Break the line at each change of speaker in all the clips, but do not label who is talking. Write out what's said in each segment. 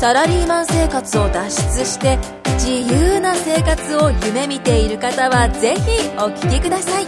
サラリーマン生活を脱出して自由な生活を夢見ている方はぜひお聞きください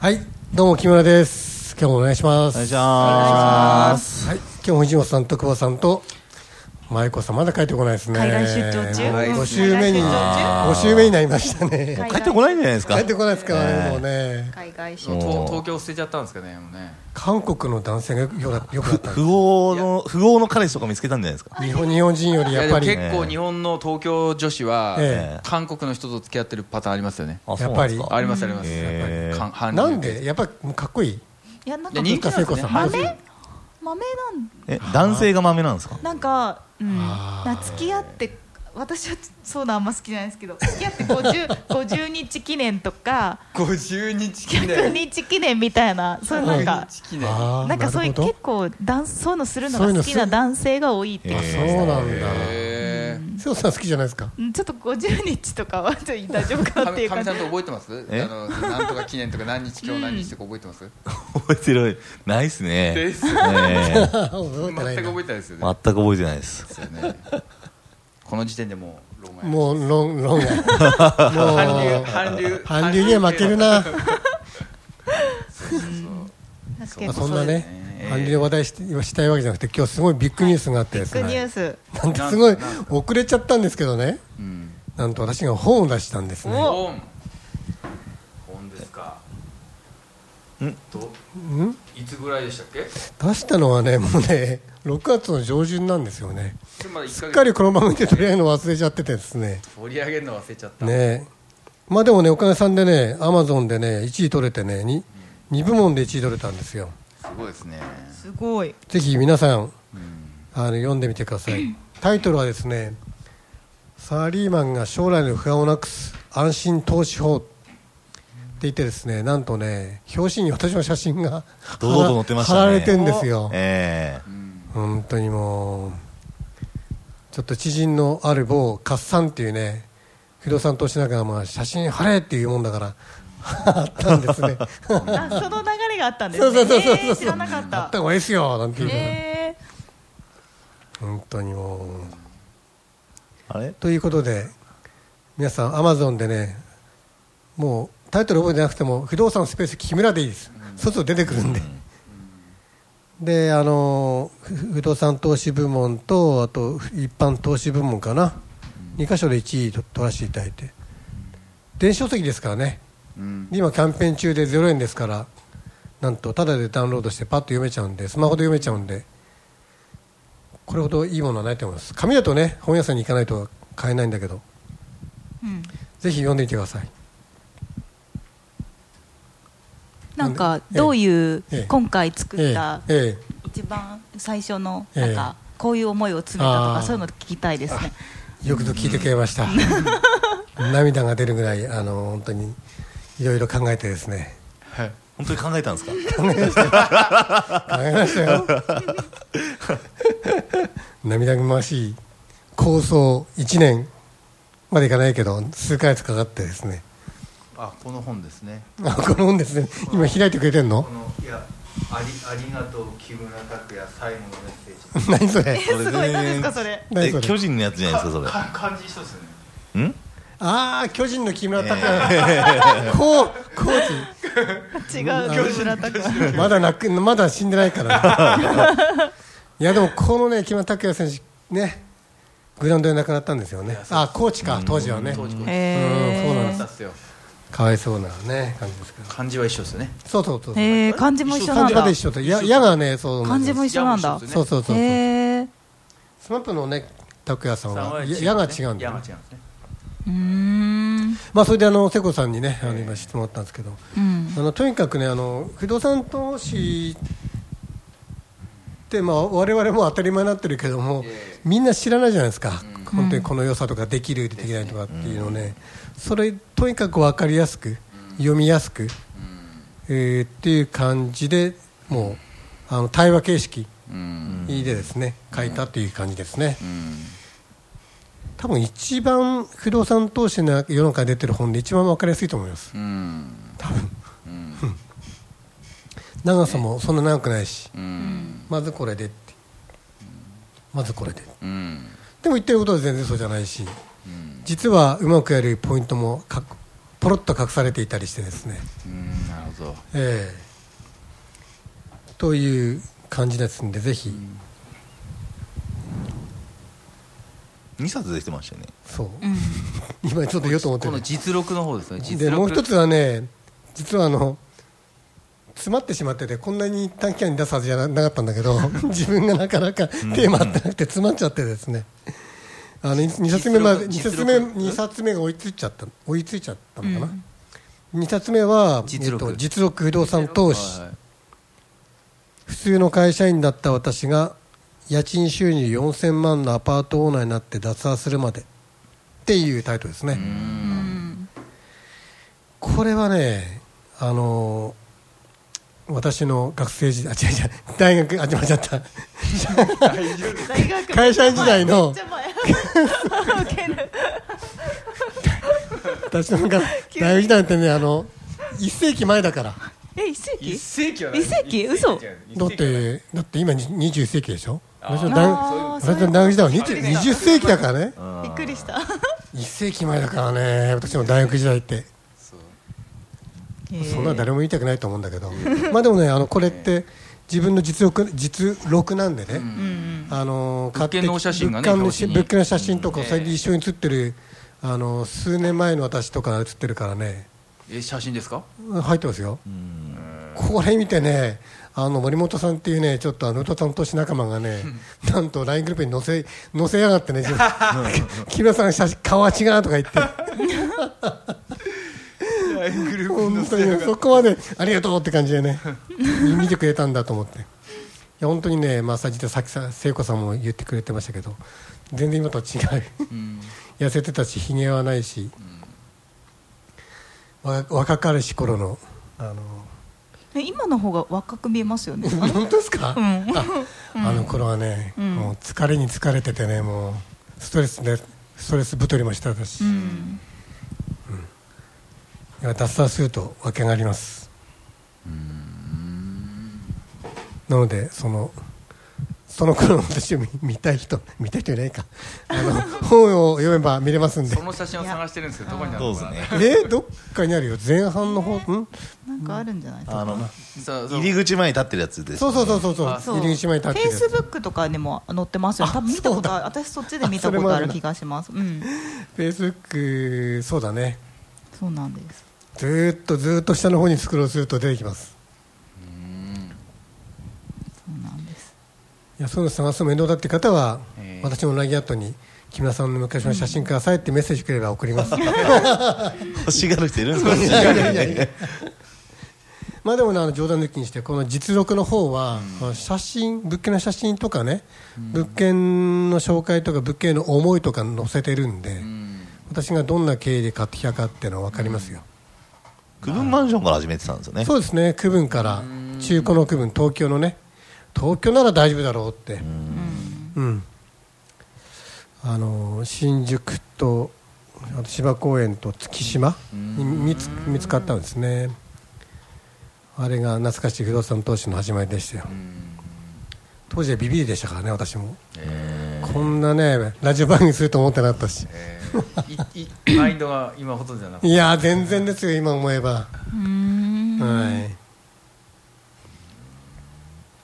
はい、どうも木村です。今日もお願いします。
お願いします。
はい、今日も藤本さんと久保さんと舞子さんまだ帰ってこないですね。
海外出張中
もう
うん
五週目に
海
五週目になりましたね。
帰ってこないんじゃないですか
帰ってこないですからね、もうね。
海外出
もう
東東京捨てちゃったんですかねもうね
韓国の男性がよくよくなったんで
富豪の富豪の彼氏とか見つけたんじゃないですか
す。日本日本人より
いや
や
でも
っぱり
結
や
構日本の東京女子は、
え
韓国の人と付き合ってるパターンありますよね
あ
やっぱり
そう
あり
なんですか
ますあります、
へー
やっぱり韓韓流
なんでやっぱりかっこいい。
いやなん
いや
か
人気なんです
な
よ
ん
ね
か聖子
豆豆なん
え男性が豆なんですか
なんか、うん、
あー
な付き合って私はそうだあんま好きじゃないですけど付き合って50 50日記念とか
50日記
100
念
日記念みたいなそういうなん
50
か
日記念
あー
なんかそういう
なるほど
結構ダンスそういうのするの
そういう
が
の
好
す
きな男性が多いって
あ
聞い
そ
て
うなんだ。
へー
瀬尾さん好きじゃないですか。
うんちょっと50日とかはちょっと大丈夫かな
か
ってい
み
う
か
感
み さ
じ
んと覚えてます
え
あのなんとか記念とか何日今日何日とか覚えてます、
覚えてるないっすね
です
ねえ
全
覚えて
く
ないな
覚えてないですよね
全く覚えてないです
ですよねこの時点でもうロマン
もう論論外。もう
韓流韓流
韓流には負けるな。
そうそうそう
確
まあ、
か
そ
に
ん
そう
な
です
ね
ね、
韓流の話題してしたいわけじゃなくて、今日すごいビッグニュースがあってです
グニュ
ね、
ース
なんかすごい遅れちゃったんですけどね、
うん
なんと私が本を出したんですね、
本本ですか
ん
ど
ん
いつぐらいでしたっけ
出したのはね、もうね、6月の上旬なんですよね、
それまだ一
す
ヶ
っ
月
かりこの番組で取り上げるの忘れちゃっててですね、
盛り上げるの忘れちゃった
ねまあでもね、おかげさんでね、アマゾンでね、1位取れてね、に2部門で1位取れたんですよ、
すごいですね
す ごい
ぜひ皆さん、
うん
あの読んでみてくださいタイトルはですね「サラリーマンが将来の不安をなくす安心投資法」って言ってですねなんとね表紙に私の写真が
堂々と載ってましたね
貼られてんですよ
え
うん
本当にもうちょっと知人のある某カッサンっていうね不動産投資仲間が写真貼れっていうもんだからあったんです ね
あその流れがあったんです
そう
ね
そうそうそう
えー知らなかっ
あったた方がいいですよなんていうから
え
本当にもう
えあれ
ということで皆さんアマゾンでねもうタイトル覚えてなくても不動産スペース木村でいいです、そうすると出てくるんで、であのふ不動産投資部門とあと一般投資部門かな、2箇所で1位と取らせていただいて電子書籍ですからね
うん
今キャンペーン中で0円ですからなんとタダでダウンロードしてパッと読めちゃうんでスマホで読めちゃうんでこれほどいいものはないと思います紙だとね本屋さんに行かないと買えないんだけど
ーうん
ぜひ読んでみてください
なんかどういう
ええ
今回作
え
った
ええ
一番最初の
ええ
なんかこういう思いを詰めたと
あー
かそういうの聞きたいですね。
えよくぞ聞いてくれました涙が出るぐらいあの本当にいろいろ考えてですね
はい
本当に考えたんですか
考えましたよ涙ぐましい構想1年までいかないけど数ヶ月かかってですね
あこの本ですね
あこの本ですね今開いてくれてんの
このいやありありがとう木村拓哉最後のメッセージ
何それ
それ
すごい何ですかそれ。
何そ
え
れ
巨人のやつじゃないですか
か漢字一つですよね
それん
ああ巨人の木村拓哉こうコーチ
違う木村拓哉。
まだなくまだ死んでないから、いやでもこのね木村拓哉選手ねグラウンドで亡くなったんですよねあコーチか当時はね
当時これ
うんそうなんで
え
す
だったっすよ
かわいそうなね感じですけど
漢字は一緒ですよね
そうそうそうそう、
ー、えー、漢字も一緒な
漢
ん
字ま
だ
で。一緒とや矢がねそう
漢字も
一
一緒なんだ
一緒。
そうそうそうそう、
へえー、
スマップのね拓哉さんは
三
や
ですね
矢が違うんだ
矢が違う
よ
ん
ね
ですね
うーん。
まあそれであの瀬古さんにねあの今質問あったんですけど
うん
あのとにかくねあの不動産投資っって、まあ、我々も当たり前になってるけども、
え
みんな知らないじゃないですか、本当にこの良さとかできるできないとかっていうのをね、それとにかく分かりやすく、読みやすく、えーっていう感じでもうあの対話形式
うん
でですね、書いたという感じですね、
うん
多分一番不動産投資の世の中に出てる本で一番分かりやすいと思います
うん
多分
うん
長さもそんな長くないし、
うん
まずこれでってまずこれで
うん
でも言ってることは全然そうじゃないし、実はうまくやるポイントもかくポロッと隠されていたりしてですね、
うんなるほど
ええという感じですんでぜひ、
2冊できてましたよね
そう、
うん
今ちょっと言おうと思って
この
る
実録の方ですね実録
でもう一つはね実はあの詰まってしまっててこんなに短期間に出すはずじゃななかったんだ けど自分がなかなかテーマ合ってなくて詰まっちゃってですねあの2冊目まで二
実
冊
力
目
実力
二冊目が追いついちゃった追いついちゃったのかな、2冊目は
実録
えっと実録不動産投資、
はい
普通の会社員だった私が家賃収入4000万のアパートオーナーになって脱サラするまでっていうタイトルですね
うん
これはねあの私の学生時代あ違う違う大学あ間違っちゃった
大学
会社員時代の
めっちゃ前ウケる
私のが大学時代ってねあの1世紀前だから
え一世紀
一世紀は
一世紀嘘
だってだって今20世紀でしょ私の大
あー
私の大学時代は 20, 20世紀だからね
びっくりした
1世紀前だからね私の大学時代ってそんなの誰も言いたくないと思うんだけど、まあでもね、あのこれって自分の実力実録なんでね、あの買って
物件のお写真がね
物件の
表紙に
物件の写真とか、それで一緒に写ってる、あの数年前の私とか写ってるからね、
え写真ですか
入ってますよ、これ見てね、あの森本さんっていうね、ちょっとあの歌さん投資仲間がね、なんと LINE グループに載せ載せやがってね、ちょっ と木村さん写真、顔は違うとか言って。
グル
本当にそこまでありがとうって感じでね 見てくれたんだと思っていや本当にねマッサージでさっきさ聖子さんも言ってくれてましたけど全然今とは違う 痩せてたしひげはないし、わ若かりし頃のあの
ね今の方が若く見えますよね
本当ですか、
うん
ああの頃はね、もう疲れに疲れててねもうストレスでストレス太りもしてたし、
うん
今脱サラすると訳がありますなのでそのその頃の私を見見たい人見たい人いないかあの本を読めば見れますんで
その写真を探してるんですけどどこにある
ど
の
うで
か
す
な
ね
えどっかにあるよ前半の方ん
なんかあるんじゃない
あの
さあそう
入り口前に立ってるやつです
そうそうそうそう
あ
そう入り口前に立って
フェ
る
イスブックとかにも載ってますよね多分見たことある私そっちで見たことある気がしますうん
フェイスブックそうだね
そうなんです
ずーっとずーっと下の方にスクロールすると出てきます
そうなんです
いやそういうの探すの面倒だって方は、
えー
私もラギアットに木村さんの昔の写真くださいってメッセージくれば送ります
欲しがる人いるんです
いやい
か
やいやいやまあでもねあの冗談抜きにしてこの実録の方は、この写真物件の写真とかね、物件の紹介とか物件への思いとか載せてるんで、私がどんな経緯で買ってきたかっていうのは分かりますよ、
区分マンションから始めてたんですよね
そうですね区分から中古の区分東京のね東京なら大丈夫だろうってうん、あの新宿とあと芝公園と月島に見つ見つかったんですねあれが懐かしい不動産投資の始まりでしたよ当時はビビりでしたからね私も、こんなねラジオ番組すると思ってなかったし
えーいいマインドが今ほとんどじゃなくて
いや全然ですよ今思えば
うん
はい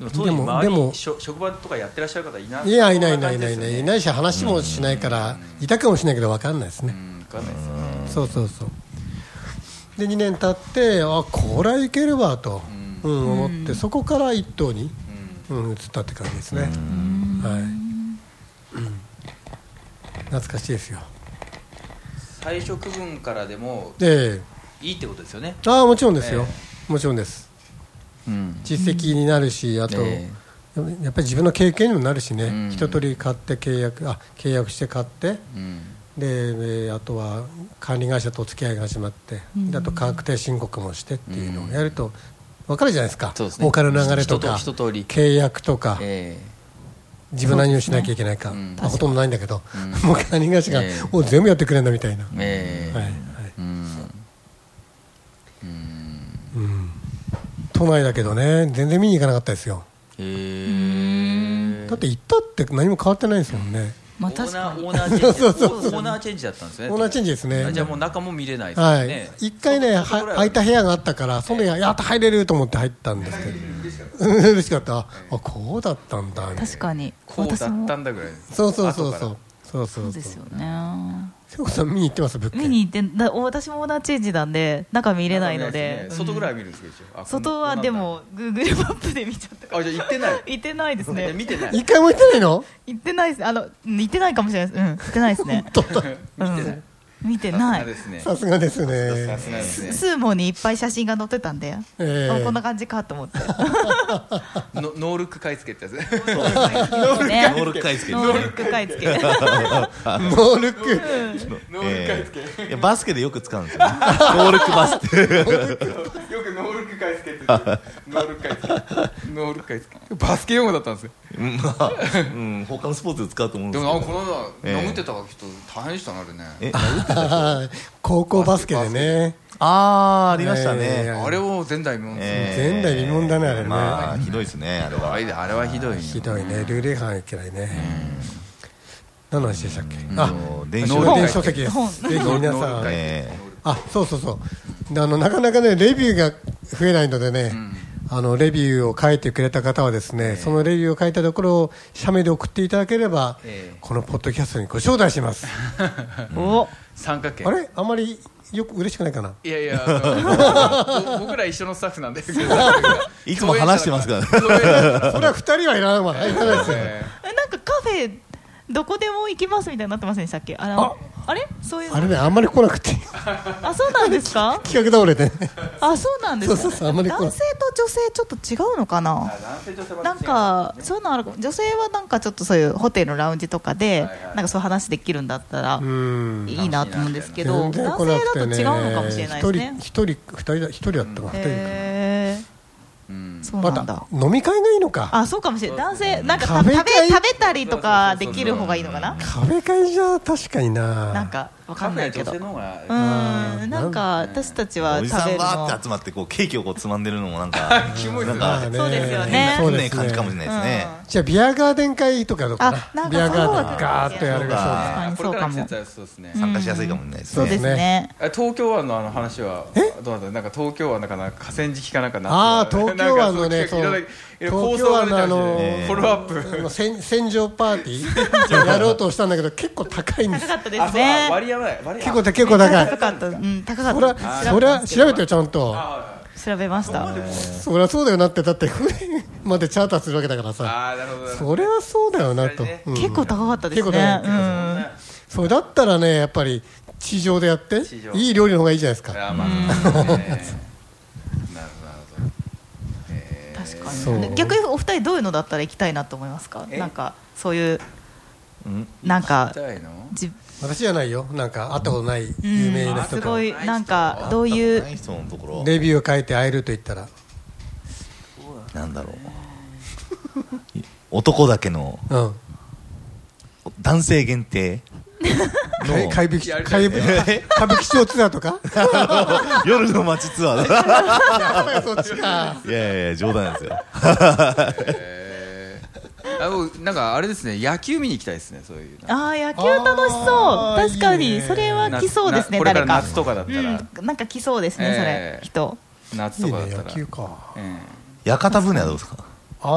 でも当時
でも
周り
でも
しょ職場とかやってらっしゃる方いない
いやいないいないいないいないいないいし話もしないからいたかもしれないけど分かんないですね
分かんないですよね
そうそうそうで2年経ってあこれはいけるわと、うん思ってそこから一頭に、うん、移ったって感じですねはい、うん懐かしいですよ
最初区分からでも
で
いいってことですよね
ああもちろんですよ、もちろんです
うん
実績になるしあと、
え
でもやっぱり自分の経験にもなるしね、
うん
一通り買って契約あ契約して買って
うん
でえーあとは管理会社とお付き合いが始まって、
うん
であと確定申告もしてっていうのをやると分かるじゃないですか、
そうですね
お金の流れとか
一通り一通
契約とか、
え
自分何をしなきゃいけないか、
そうですねうん
まあほとんどないんだけど、
うん
もう管理会社が、
ええ
お全部やってくれるんだみたいな、
えええ
はいはい
うんうん
うん、都内だけどね全然見に行かなかったですよ
へえ
だって行ったって何も変わってないですもんね、
まあ
オー
確か
ナー
に
オーナーチェンジオーナーチェンジだったんですね
オーナーチェンジですね
あじゃあもう中も見れないですね、
はい一回ねは
そこぐら
空いた部屋があったからその部屋やった入れると思って入ったんですけどうん嬉しかったあこうだったんだみたいな
確かに
こうだったんだぐらい
そうそうそうそ
後か
うそうそ
そううですよね
瀬古さん見に行ってます物件
見に行ってだ私もオーナーチェンジなんで中見
見
れないので
外ぐらい
うん
は見るんですけど一応あ
外はでも Google マップで見ちゃった
こんなんだあじゃあ行ってない
行ってないですね
え見てない
一回も行ってないの
行ってないですあのうん行ってないかもしれないですうん行ってないですね
見てない
見て
さ
な
すが
い
ですね
さすがです
さ
ね
すがですね
スーモにいっぱい写真が載ってたんで、
ええ
あこんな感じかと思って
のノールック買い付けってやつ
ノー
ノールック買い付け
ノールック買い 付け
ノールック
ノール買い付
えーいやバスケでよく使うんですよねノールックバスって
けよくノールック買い付けって言ってノールック買い付けノールック買い付けバスケ用語だったんですね
うんまあうん他のスポーツで使うと思うん
で
です
も
け
な
ど
んかこの
え
間
え
殴ってたわけ人大変でしたねあれね
え
高校バスケでね
あーありました
え
ね
ー
あれを前代未聞です
えー
前代未聞だねあれね
まあひどいですねあれは
あれあれはひどいよ
ひどいねルール違反いけないね何の話でしたっけ
うん
あ
電子
電子書籍です
本
ぜひ皆さん
え
あそうそうそうであのなかなかねレビューが増えないのでね、あのレビューを書いてくれた方はですね、そのレビューを書いたところを社名で送っていただければ、
ええ
このポッドキャストにご招待します
お
三角形
あれあまりよく嬉しくないかない
やいやあ のぼ僕ら一緒のスタッフなんで
いつも話してますからね
共演者だから
それは2人はいらないわいらないですよ
え
えなんかカフェどこでも行きますみたいになってませんでしたっけあの
あ
あれそういう
あれねあんまり来なくて
あそうなんですか
企画倒 れてね
あそうなんですか
そうそうそうあんまりこう
男性と女性ちょっと違うのかな
あ男性女性は
なんかそういうのあるかも女性はなんかちょっとそういうホテルのラウンジとかで
はいはい
なんかそういう話できるんだったら
うん
いいなと思うんですけど
全
男性
然
だ
来なく
と
てね
違うのかもしれないですね
1人1人2人だ一人だったか2人か、
へ
うん
ーそう
ま
なんだ
た飲み会がいいのか
あそうかもしれない男性なんか
カ
食
フェ
べ
会
食べたりとかできる方がいいのかな
壁会じゃ確かにな
なんかわかんないけど
カフェは女
う
性の方が
んなんか私たちは
お
食
じさ
べ
ん
る
バーっ
の
て集まってこうケーキをこうつまんでるのもなんか
キモいっすね
なん
ま
か
あ
そうですよね
変なね感じかもしれないですね
じゃあビアガーデン会とかどうかな
あなんか
ビアガーデン
そう
ガーッとやる
そう
が
確かに
これからの
そ
季
うかも
節はそうですね
参加しやすいかもしれないです
そうで
ね
すね
あ東京湾のあの話はどうなんだなんか東京湾なんかなんか河川敷かなんかな
あー東京湾のね
なんかそういろいろいろいろ
そう
構想が出て
東京
ましたよね
湾のあのー
フォローアップ
そう戦戦場パーティーやろうとしたんだけど結構高いんで
高
す
かったで
あ
す
そうだ
ね
割り合わない割り
結
合わな
構
い
だ結構高
高
い
かったうん高
そ
か
り
っ
ゃそりゃ調べてよちゃんと
あ
た調べました
そりゃそうだよなってだって船 までチャーターするわけだから
ー
さ
あーなるほど
そりゃそうだよなと、
確か
うん
結構高かったです
結構高
ね
い
うん
それだったらねやっぱり地上でやって
地上
いい料理の方がいいじゃないですか
あーまあそうですねなるほどなるほどえー
確
そ
か
う
に逆にお二人どういうのだったら行きたいなと思いますか
え
なんかそういう
うん
なん
行
か
きたいの
じ
私じゃないよなんか会ったことない
うん
有名な人
す
と
ごいなんかどうい
な
う
い人のところ
レビューを書いて会えると言ったら
なんだろう男だけの
うん
男性限定
怪
の
怪物
やりた
怪
い
物歌舞伎町ツアーとか
夜の街ツアーだ
そっちか
いやいやいや冗談ですよ
あもうなんかあれですね野球見に行きたいですねそういう
ああ野球楽しそう
あー
確か
いい
に
ね
それは来そうですね
ななこ
誰か
れから夏とかだったら、
うんなんか来そうですねそれ
ええ
人
夏
い
と
い
かだっ
ね
た
野
ら、
球か
え
屋形船はどうですか
あ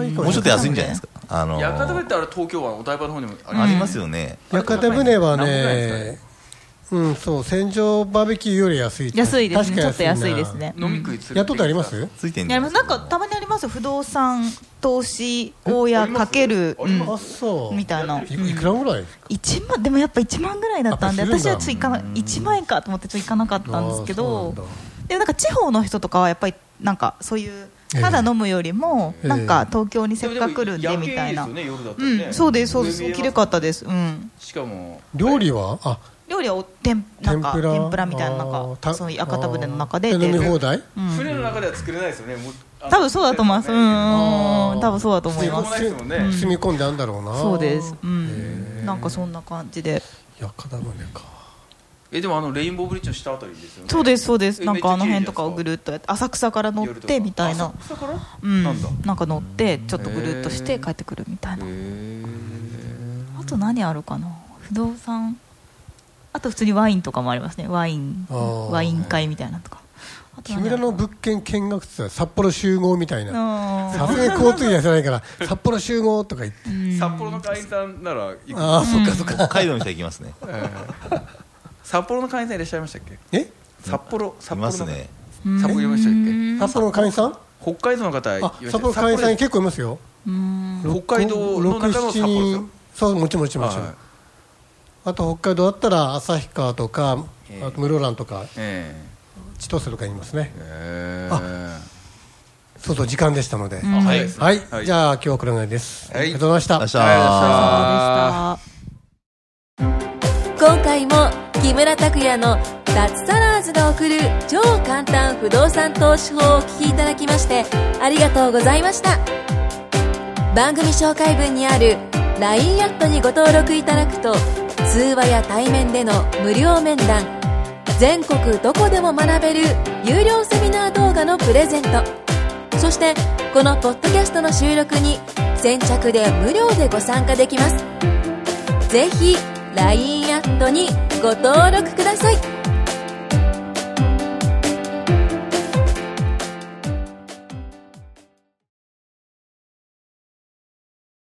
あいいか
も
も
うちょっ
し
と
れない
安いんじゃないですかあの
え、屋形船ってあれ東京湾お台場の方にもあり
あ
ます
りますよね
屋形船は
何本ぐらいで
ねうんそう船上バーベキューより安い
安いですねちょっ
確かにな
と安いですね
飲み食いする
やっとってあります
ついてんじ
や
ゃない
ります
です
なんかたまにありますよ不動産投資大家かけるうん
あそう
みたいない
いくらぐらい
1万でもやっぱ1万ぐらいだったんで
やっぱす
私
るんだ
はついかな1万円かと思ってついかなかったんですけ
あーそう
ど
なんだ
でもなんか地方の人とかはやっぱりなんかそういう
ええ
ただ飲むよりも、
ええ
なんか東京にせっかく来るん
で
で
も
みたいな、
夜景ですよね夜だった
う
らね
んそうですそうです
海見えます
きれかったですうん
しかも
料理はあ
料理はお天なん
天
か
ぷ
天
ら
ぷらみたいな
あ
なん
ーた
かそういう赤タブレの中で
あー飲み
で
放題
うん
船の中では作れないですよねもうあの
多分そうだと思いますうんうんうん多分そうだと思いま
そう
す
ですもんね
住み込んであんだろうな
そうですう
へ
ん
ー
なんかそんな感じで
いや片胸か
えでもあのレインボーブリッジの下あたりですよね
そうですそうです
え
なんかあの
めっ
辺
ちゃ
と
綺
かをぐるっ
麗じゃないですか
とやって浅草から乗っ
夜とか
てみたいな
あそこからへ
うん
なんだ
なんか乗ってちょっとぐるっとして帰ってくるみたいな
え
あと何あるかな不動産あと普通にワインとかもありますねワイン
あー
ワイン会みたいなのとかあと
木
何あ
村
る
の物件見学って言ったら札幌集合みたいな
あー
さすがに交通費出せないから 札幌集合とか言って
うん
札幌の会員さんなら行く
ああそっかそっか
北海道の人は行きますね
札幌の会員さんいらっしゃいましたっけ
え
札幌札
い
幌の
ますね
札幌いましたっ
札幌の会員さん
け北海道の方いらっ
あ
しゃい
札幌の会員さん結構いますよ
うん
北海道の中の札幌ですよ
67そうもちろんもちろんもちろ
はい
んあと北海道だったら旭川とか
ええ
あと室蘭とか
え
千歳とか言いますね
ええ
そうそう時間でしたので
ん
あ
はい
ですね
はい
はい
じゃあ今日はこれぐらいです
はい
ありがとうござい
明
まし
日
た
そうで
あ
した
今回も木村拓哉の脱サラーズが送る超簡単不動産投資法をお聞きいただきましてありがとうございました番組紹介文にある LINE アットにご登録いただくと通話や対面での無料面談全国どこでも学べる有料セミナー動画のプレゼントそしてこのポッドキャストの収録に先着で無料でご参加できますぜひ LINE アットにご登録ください